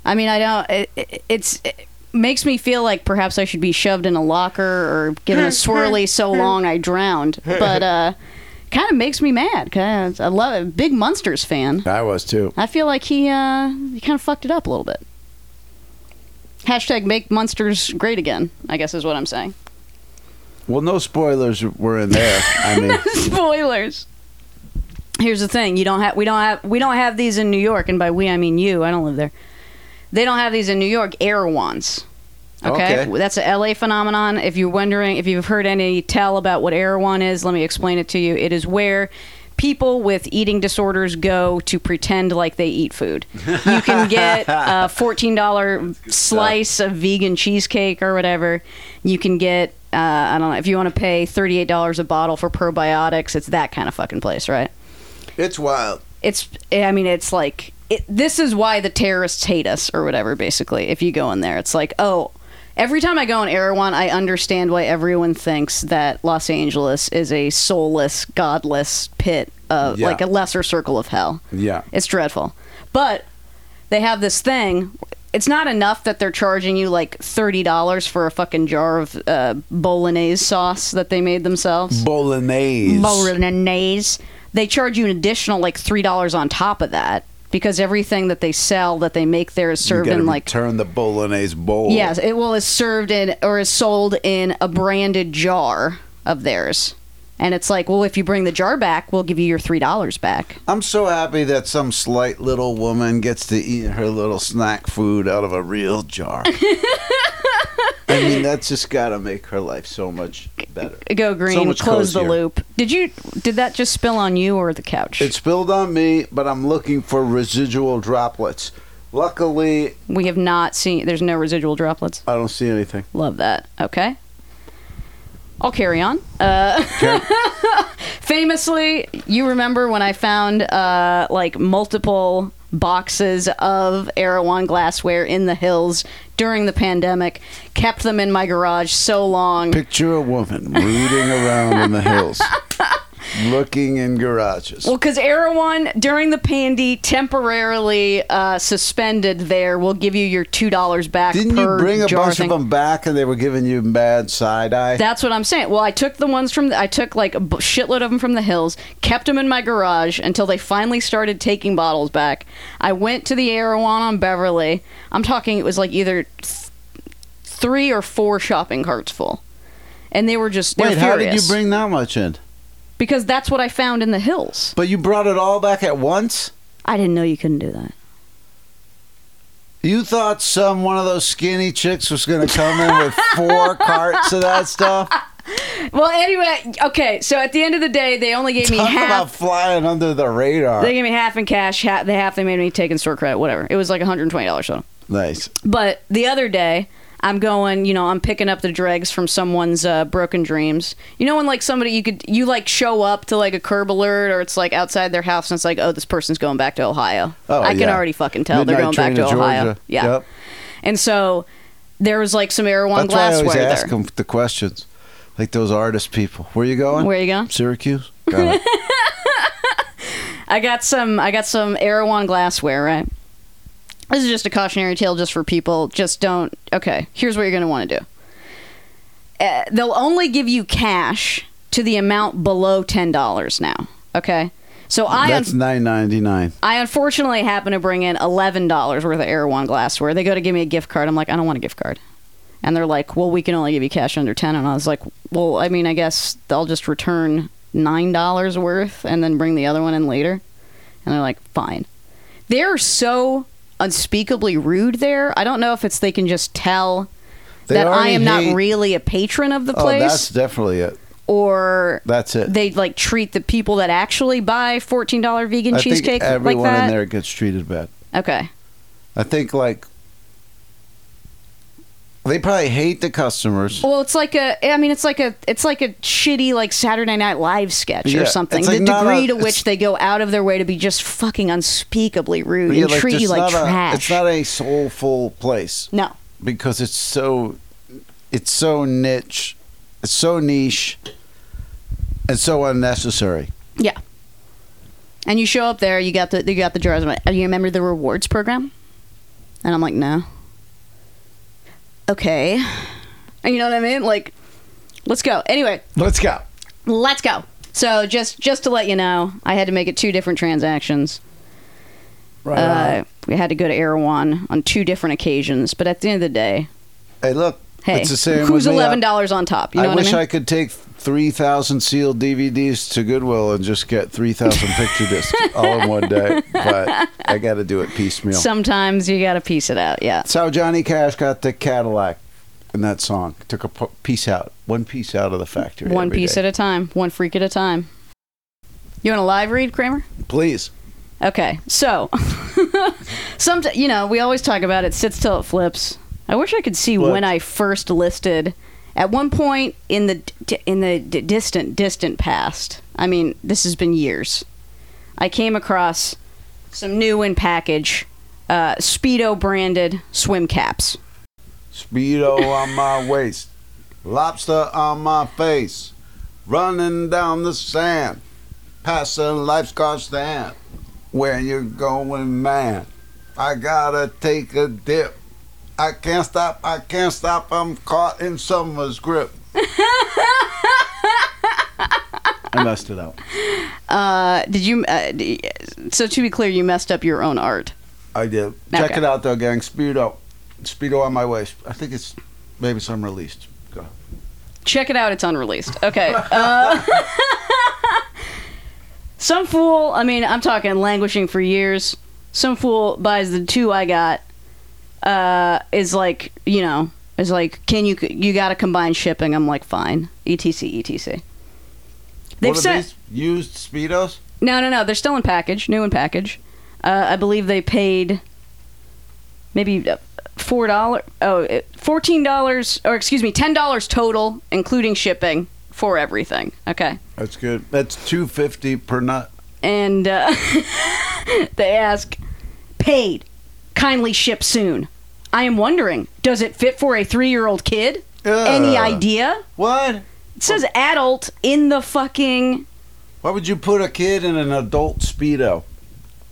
F: I mean, I don't. It, it, it's it makes me feel like perhaps I should be shoved in a locker or given a swirly so long I drowned. But uh, kind of makes me mad. Cause I love it. Big Monsters fan.
B: I was too.
F: I feel like he uh, he kind of fucked it up a little bit. Hashtag make monsters great again. I guess is what I'm saying.
B: Well, no spoilers were in there. I mean,
F: spoilers. Here's the thing: you don't have we don't have we don't have these in New York, and by we I mean you. I don't live there. They don't have these in New York. Air ones. Okay?
B: Okay.
F: that's a LA phenomenon. If you're wondering, if you've heard any tell about what Air One is, let me explain it to you. It is where people with eating disorders go to pretend like they eat food. You can get a fourteen dollar slice of vegan cheesecake or whatever. You can get uh, I don't know if you want to pay thirty eight dollars a bottle for probiotics. It's that kind of fucking place, right?
B: it's wild.
F: it's i mean it's like it, this is why the terrorists hate us or whatever basically if you go in there it's like oh every time i go in erewhon i understand why everyone thinks that los angeles is a soulless godless pit of
B: Yeah.
F: like a lesser circle of hell
B: Yeah.
F: it's dreadful. But they have this thing. It's not enough that they're charging you like thirty dollars for a fucking jar of uh, bolognese sauce that they made themselves.
B: Bolognese.
F: Bolognese. they charge you an additional like three dollars on top of that because everything that they sell that they make there is served in like
B: turn the bolognese bowl.
F: yes, it well is served in or is sold in a branded jar of theirs. And it's like, well, if you bring the jar back, we'll give you your three dollars back.
B: I'm so happy that some slight little woman gets to eat her little snack food out of a real jar. I mean, that's just got to make her life so much better.
F: Go green,
B: much
F: close the
B: cozier.
F: loop. Did you? Did that just spill on you or the couch?
B: It spilled on me, but I'm looking for residual droplets. Luckily,
F: we have not seen. There's no residual droplets.
B: I don't see anything.
F: Love that. Okay. I'll carry on. Uh, famously, you remember when I found uh, like multiple boxes of Erewhon glassware in the hills during the pandemic, kept them in my garage so long.
B: Picture a woman rooting around in the hills, looking in garages.
F: Well, because Erewhon during the pandy temporarily uh, suspended there will give you your two dollars back.
B: Didn't you
F: per
B: bring a
F: jar
B: bunch
F: thing.
B: of them back and they were giving you bad side eye?
F: That's what I'm saying. Well, I took the ones from the, I took like a b- shitload of them from the hills, kept them in my garage until they finally started taking bottles back. I went to the Erewhon on Beverly. I'm talking it was like either th- three or four shopping carts full, and they were just they
B: Wait,
F: were
B: how did you
F: furious
B: bring that much in?
F: because that's what I found in the hills.
B: But you brought it all back at once?
F: I didn't know you couldn't do that.
B: You thought some one of those skinny chicks was going to come in with four carts of that stuff?
F: Well, anyway, okay. So at the end of the day, they only gave me
B: Talk
F: half.
B: about flying under the radar.
F: They gave me half in cash, half the half they made me take in store credit, whatever. It was like $120 total.
B: nice.
F: But the other day, I'm going, you know, I'm picking up the dregs from someone's uh, broken dreams. You know, when like somebody you could, you like show up to like a curb alert or it's like outside their house and it's like, oh, this person's going back to Ohio.
B: Oh,
F: I can
B: yeah.
F: already fucking tell they're
B: Midnight
F: going back
B: train
F: to, Ohio.
B: Georgia.
F: Yeah.
B: Yep.
F: And so there was like some Erewhon
B: That's why I always
F: glassware
B: ask
F: there.
B: them the questions, like those artist people. Where you going?
F: Where you going?
B: Syracuse. Got it.
F: I got some I got some Erewhon glassware, right? This is just a cautionary tale just for people. Just don't okay, here's what you're gonna want to do. Uh, they'll only give you cash to the amount below ten dollars now. Okay? So I
B: That's nine ninety nine.
F: I unfortunately happen to bring in eleven dollars worth of Erewhon glassware. They go to give me a gift card. I'm like, I don't want a gift card. And they're like, Well, we can only give you cash under ten. And I was like, Well, I mean, I guess I'll just return nine dollars worth and then bring the other one in later. And they're like, Fine. They're so unspeakably rude there. I don't know if it's they can just tell
B: They
F: that I
B: already
F: am not
B: hate-
F: really a patron of the
B: Oh,
F: place
B: that's definitely it.
F: or
B: That's it.
F: they like treat the people that actually buy fourteen dollar vegan
B: I think
F: cheesecake
B: everyone
F: like that.
B: in there gets treated bad.
F: Okay.
B: I think like they probably hate the customers.
F: Well, it's like a. I mean, it's like a. It's like a shitty like Saturday Night Live sketch
B: Yeah,
F: or something.
B: it's like
F: the
B: not
F: degree
B: a-
F: to
B: it's-
F: which they go out of their way to be just fucking unspeakably rude
B: Yeah,
F: and treat you
B: it's
F: like
B: not
F: trash.
B: A, it's not a soulful place
F: no,
B: because it's so it's so niche, it's so niche, and so unnecessary.
F: yeah. And you show up there, you got the you got the jars. I'm like, "Are you remember the rewards program? And I'm like, no. Okay, and you know what I mean? Like, let's go. Anyway,
B: Let's go.
F: let's go. So just just to let you know, I had to make it two different transactions.
B: Right.
F: uh, we had to go to Erewhon on two different occasions, but at the end of the day,
B: hey, look.
F: hey,
B: it's the same
F: who's
B: with me. I-
F: eleven dollars on top? You know
B: I
F: what
B: wish
F: I mean?
B: I could take three thousand sealed DVDs to Goodwill and just get three thousand picture discs all in one day, but I got to do it piecemeal.
F: Sometimes you got to piece it out. Yeah,
B: That's how Johnny Cash got the Cadillac in that song. Took a po- piece out, one piece out of the factory.
F: one piece at a time, one freak at a time. You want a live read, Kramer?
B: a please.
F: Okay, so some you know we always talk about it sits till it flips. I wish I could see
B: Look.
F: when I first listed. At one point in the d- in the d- distant distant past, I mean this has been years. I came across some new in package uh, Speedo branded swim caps.
B: Speedo on my waist, lobster on my face, running down the sand, passing life's car stand. Where you going, man? I gotta take a dip. I can't stop. I can't stop. I'm caught in summer's grip. I I messed it up.
F: Uh, did you? Uh, d- so to be clear, you messed up your own art.
B: I did. Check
F: Okay.
B: it out though, gang. Speedo, Speedo on my waist. I think it's maybe it's unreleased. Go.
F: Check it out; it's unreleased. Okay. Uh, some fool. I mean, I'm talking languishing for years. Some fool buys the two I got. Uh, is like you know is like can you you got to combine shipping? I'm like fine. E Etc. Etc. They've
B: What are
F: sent.
B: these? used Speedos.
F: No, no, no. They're still in package, new in package. Uh, I believe they paid maybe uh, four dollar, oh, uh, fourteen dollars, or excuse me, ten dollars total, including shipping for everything. Okay,
B: That's good. That's two fifty per nut.
F: and uh, they ask, paid, kindly ship soon. I am wondering, does it fit for a three-year-old kid? Any
B: Ugh.
F: idea?
B: What?
F: It says adult in the fucking.
B: Why would you put a kid in an adult Speedo?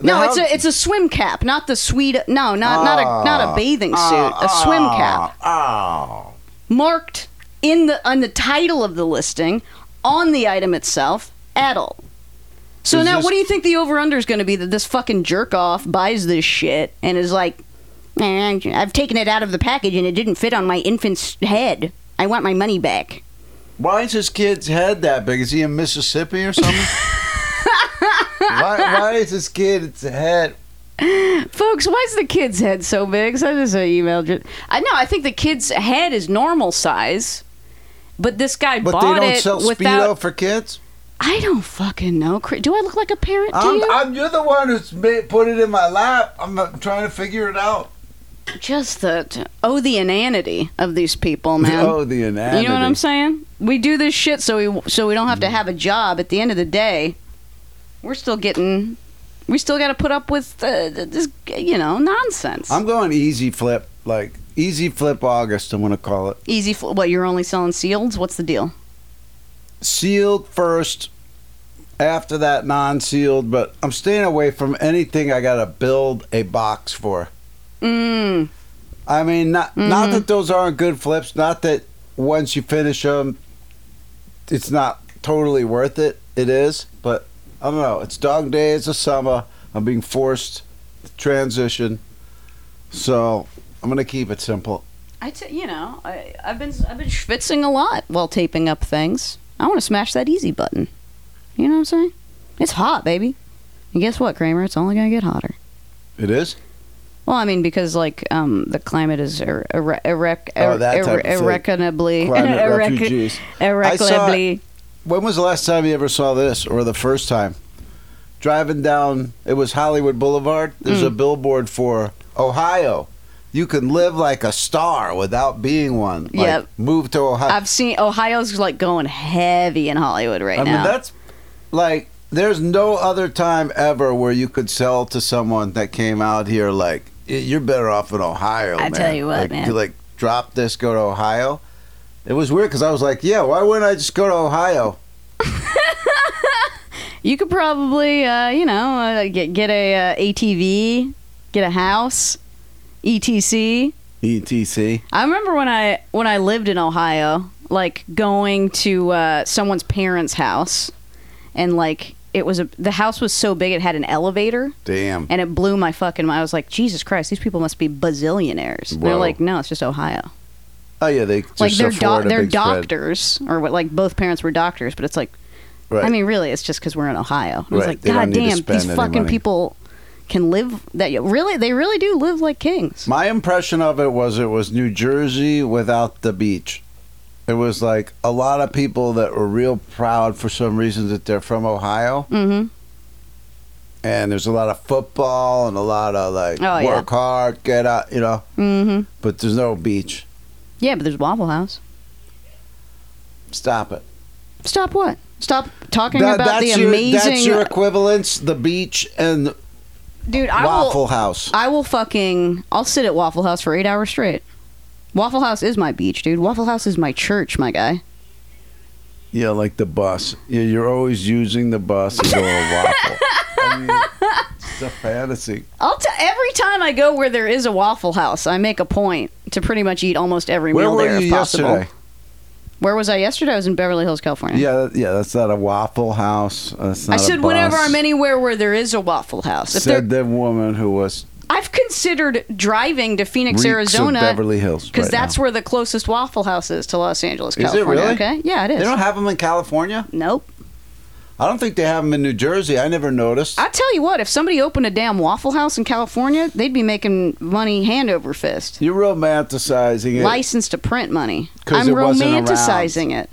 F: No,
B: Now,
F: it's a it's a swim cap, not the sweet. No, not not a
B: Ah.
F: not a bathing suit, a swim cap
B: Oh,
F: marked in the on the title of the listing on the item itself, adult. So
B: Is
F: now,
B: this-
F: what do you think the over under is going to be that this fucking jerk off buys this shit and is like, "Eh, I've taken it out of the package and it didn't fit on my infant's head. I want my money back.
B: why is his kid's head that big? Is he in Mississippi or something? why, why is his kid's head?
F: Folks, why is the kid's head so big? So I just uh, emailed. I know. I think the kid's head is normal size, but this guy
B: But
F: bought
B: they don't
F: it
B: sell
F: without.
B: Speedo for kids.
F: I don't fucking know. Cri- Do I look like a parent to
B: I'm,
F: you?
B: I'm, you're the one who's ma- put it in my lap. I'm uh, trying to figure it out.
F: Just the oh, the inanity of these people, man.
B: Oh, the inanity.
F: you know what I'm saying? We do this shit so we so we don't have to have a job. At the end of the day, we're still getting. We still got to put up with uh, this, you know, nonsense.
B: I'm going easy flip, like easy flip August. I'm going to call it
F: Easy. Fl- what you're only selling seals? What's the deal?
B: sealed first. After that, non-sealed. But I'm staying away from anything I got to build a box for.
F: Mm.
B: I mean, not
F: Mm-hmm.
B: not that those aren't good flips. Not that once you finish them, it's not totally worth it. It is, but I don't know. It's dog days of summer. I'm being forced to transition, so I'm gonna keep it simple.
F: I, t- you know, I, I've been I've been schwitzing a lot while taping up things. I want to smash that easy button. You know what I'm saying? It's hot, baby. And guess what, Kramer? It's only gonna get hotter.
B: It is.
F: Well, I mean, because like um, the climate is ir- ir- irrec-
B: Oh,
F: ir-
B: that type
F: ir-
B: of thing.
F: er, irrecognably
B: Climate
F: irrec-
B: refugees.
F: irrecognably.
B: When was the last time you ever saw this, or the first time? Driving down, it was Hollywood Boulevard. There's
F: Mm.
B: a billboard for Ohio. You can live like a star without being one. Like,
F: Yep.
B: Move to Ohio.
F: I've seen Ohio's like going heavy in Hollywood right
B: I
F: now.
B: mean, that's like there's no other time ever where you could sell to someone that came out here like "Y- you're better off in Ohio.
F: I
B: man."
F: tell you what,
B: like,
F: man.
B: You like drop this, go to Ohio. It was weird because I was like, yeah, why wouldn't I just go to Ohio?
F: you could probably uh, you know uh, get get a uh, ATV, get a house, E etc.
B: E ETC.
F: I remember when I when I lived in Ohio, like going to uh, someone's parents' house, and like it was a the house was so big it had an elevator,
B: Damn.
F: and it blew my fucking. mind. I was like, Jesus Christ, these people must be bazillionaires. And They're
B: Whoa.
F: like, no, it's just Ohio.
B: Oh yeah, they just
F: like they're
B: afford a
F: they're
B: big spread.
F: doctors or what? Like both parents were doctors, but it's like
B: Right.
F: I mean, really, it's just because we're in Ohio. It's
B: Right,
F: like,
B: they don't
F: God
B: need to
F: damn,
B: spend
F: these
B: any
F: fucking
B: money."
F: people can live that really they really do live like kings.
B: My impression of it was it was New Jersey without the beach. It was like a lot of people that were real proud for some reason that they're from Ohio.
F: Mm-hmm.
B: and there's a lot of football and a lot of like
F: Oh, yeah.
B: work hard, get out, you know.
F: Mm-hmm.
B: But there's no beach.
F: Yeah, but there's Waffle House.
B: Stop it.
F: Stop what? Stop talking
B: That-
F: about the
B: that's, your,
F: amazing
B: that's your equivalents: the beach and
F: dude. I
B: Waffle
F: will.
B: House.
F: I will fucking. I'll sit at Waffle House for eight hours straight. Waffle House is my beach, dude. Waffle House is my church, my guy.
B: Yeah, like the bus. Yeah, you're always using the bus to go to waffle. I mean, it's a fantasy.
F: I'll t- every time I go where there is a Waffle House, I make a point to pretty much eat almost every
B: Where
F: meal
B: were
F: there
B: you
F: if possible.
B: yesterday?
F: Where was I yesterday? I was in Beverly Hills, California.
B: Yeah, that- yeah, that's not a Waffle House. That's not
F: I
B: a
F: said whenever
B: bus.
F: I'm anywhere where there is a Waffle House. If there,
B: Said the woman who was
F: I've considered driving to Phoenix,
B: Reeks of
F: Arizona,
B: Beverly Hills
F: because
B: right
F: that's
B: now.
F: where the closest Waffle House is to Los Angeles,
B: Is it
F: California.
B: really?
F: Okay, yeah, it is.
B: They don't have them in California.
F: nope.
B: I don't think they have them in New Jersey. I never noticed.
F: I tell you what, if somebody opened a damn Waffle House in California, they'd be making money hand over fist.
B: You're romanticizing it.
F: License to print money.
B: 'Cause
F: I'm
B: it wasn't around.
F: romanticizing it.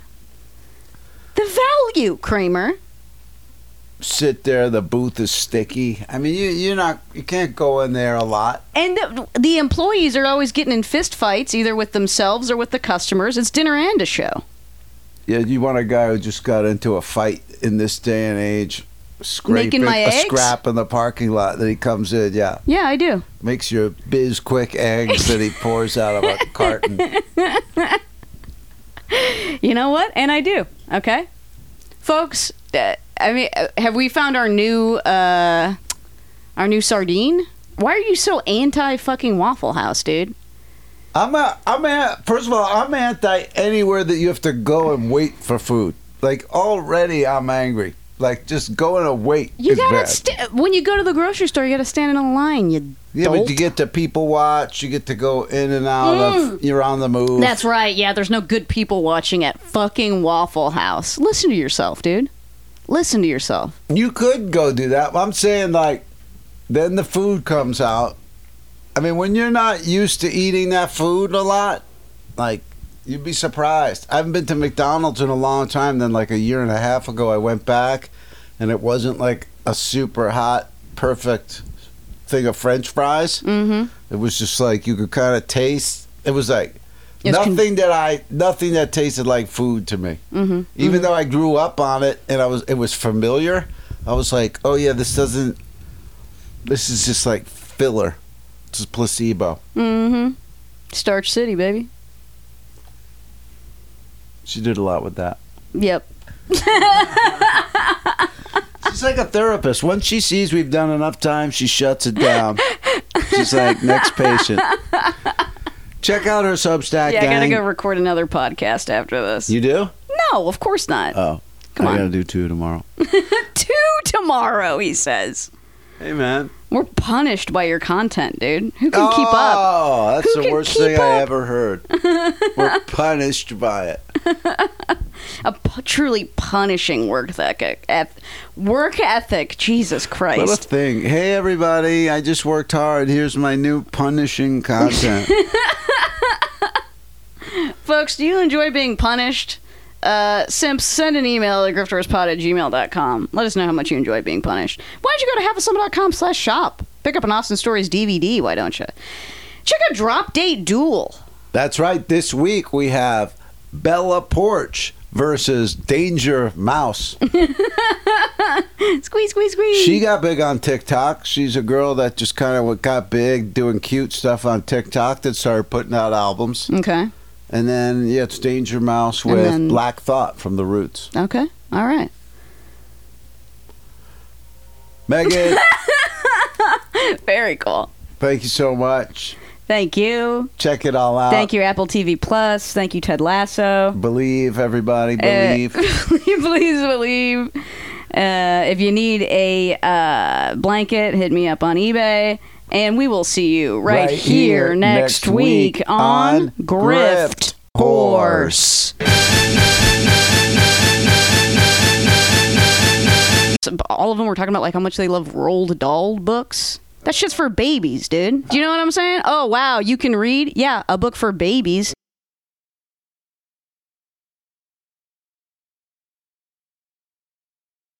F: The value, Kramer.
B: Sit there. The booth is sticky. I mean, you you're not you can't go in there a lot.
F: And the, the employees are always getting in fist fights, either with themselves or with the customers. It's dinner and a show.
B: Yeah, you want a guy who just got into a fight in this day and age, scraping
F: Making my
B: a
F: eggs?
B: scrap in the parking lot. Then he comes in. Yeah,
F: Yeah, I do.
B: makes your biz quick eggs that he pours out of a carton.
F: You know what? And I do. Okay, folks. Uh, I mean, uh, have we found our new uh, our new sardine? Why are you so anti fucking Waffle House, dude?
B: I'm a, I'm a, first of all, I'm anti anywhere that you have to go and wait for food. Like already, I'm angry. Like just going to wait
F: You
B: is
F: gotta
B: bad.
F: st- when you go to the grocery store, you gotta stand in a line. You
B: yeah, but
F: dolt.
B: you get to people watch. You get to go in and out
F: Mm.
B: of. You're on the move.
F: That's right. Yeah, there's no good people watching at fucking Waffle House. Listen to yourself, dude. Listen to yourself.
B: you could go do that. I'm saying like, then the food comes out. I mean, when you're not used to eating that food a lot, like you'd be surprised. I haven't been to McDonald's in a long time. Then like a year and a half ago, I went back, and it wasn't like a super hot, perfect thing of French fries.
F: Mm-hmm.
B: It was just like you could kind of taste. It was like
F: It was con-
B: nothing that I nothing that tasted like food to me.
F: Mm-hmm.
B: Even though I grew up on it and I was it was familiar, I was like, oh yeah, this doesn't. This is just like filler. It's just placebo.
F: Mm-hmm. Starch City, baby.
B: She did a lot with that.
F: Yep.
B: She's like a therapist. Once she sees we've done enough time, she shuts it down. She's like, next patient. Check out her Substack.
F: yeah, I gotta
B: gang.
F: go record another podcast after this.
B: You do?
F: no, of course not.
B: Oh,
F: Come
B: I
F: on.
B: gotta do two tomorrow.
F: Two tomorrow, he says.
B: Hey man.
F: We're punished by your content, dude. Who can keep up?
B: Oh, that's
F: Who
B: the
F: can
B: worst
F: keep
B: thing I
F: up?
B: ever heard. We're punished by it.
F: A p- truly punishing work ethic. eth- work ethic. Jesus
B: What a
F: Christ.
B: thing. Hey, everybody. I just worked hard. Here's my new punishing content.
F: Folks, do you enjoy being punished? Uh, simps, send an email at grifterspod at gmail.com. Let us know how much you enjoy being punished. Why don't you go to haveasummer.com slash shop? Pick up an Austin Stories DVD, why don't you? Check out Drop Date Duel.
B: That's right. This week we have Bella Porch versus Danger Mouse.
F: Squeeze, squeeze, squeeze.
B: She got big on TikTok. She's a girl that just kind of got big doing cute stuff on TikTok that started putting out albums.
F: okay.
B: And then, yeah, it's Danger Mouse
F: And
B: with
F: then-
B: Black Thought from The Roots.
F: Okay. All right.
B: Megan,
F: Very cool.
B: thank you so much.
F: Thank you.
B: Check it all out.
F: Thank you, Apple TV Plus. Thank you, Ted Lasso.
B: Believe, everybody. Believe.
F: Uh, please believe. Uh, if you need a uh, blanket, hit me up on eBay. And we will see you right, here, next, week, on Grift Horse. So, All of them were talking about like how much they love rolled doll books. That shit's for babies, dude. Do you know what I'm saying? Oh, wow, you can read? Yeah, a book for babies.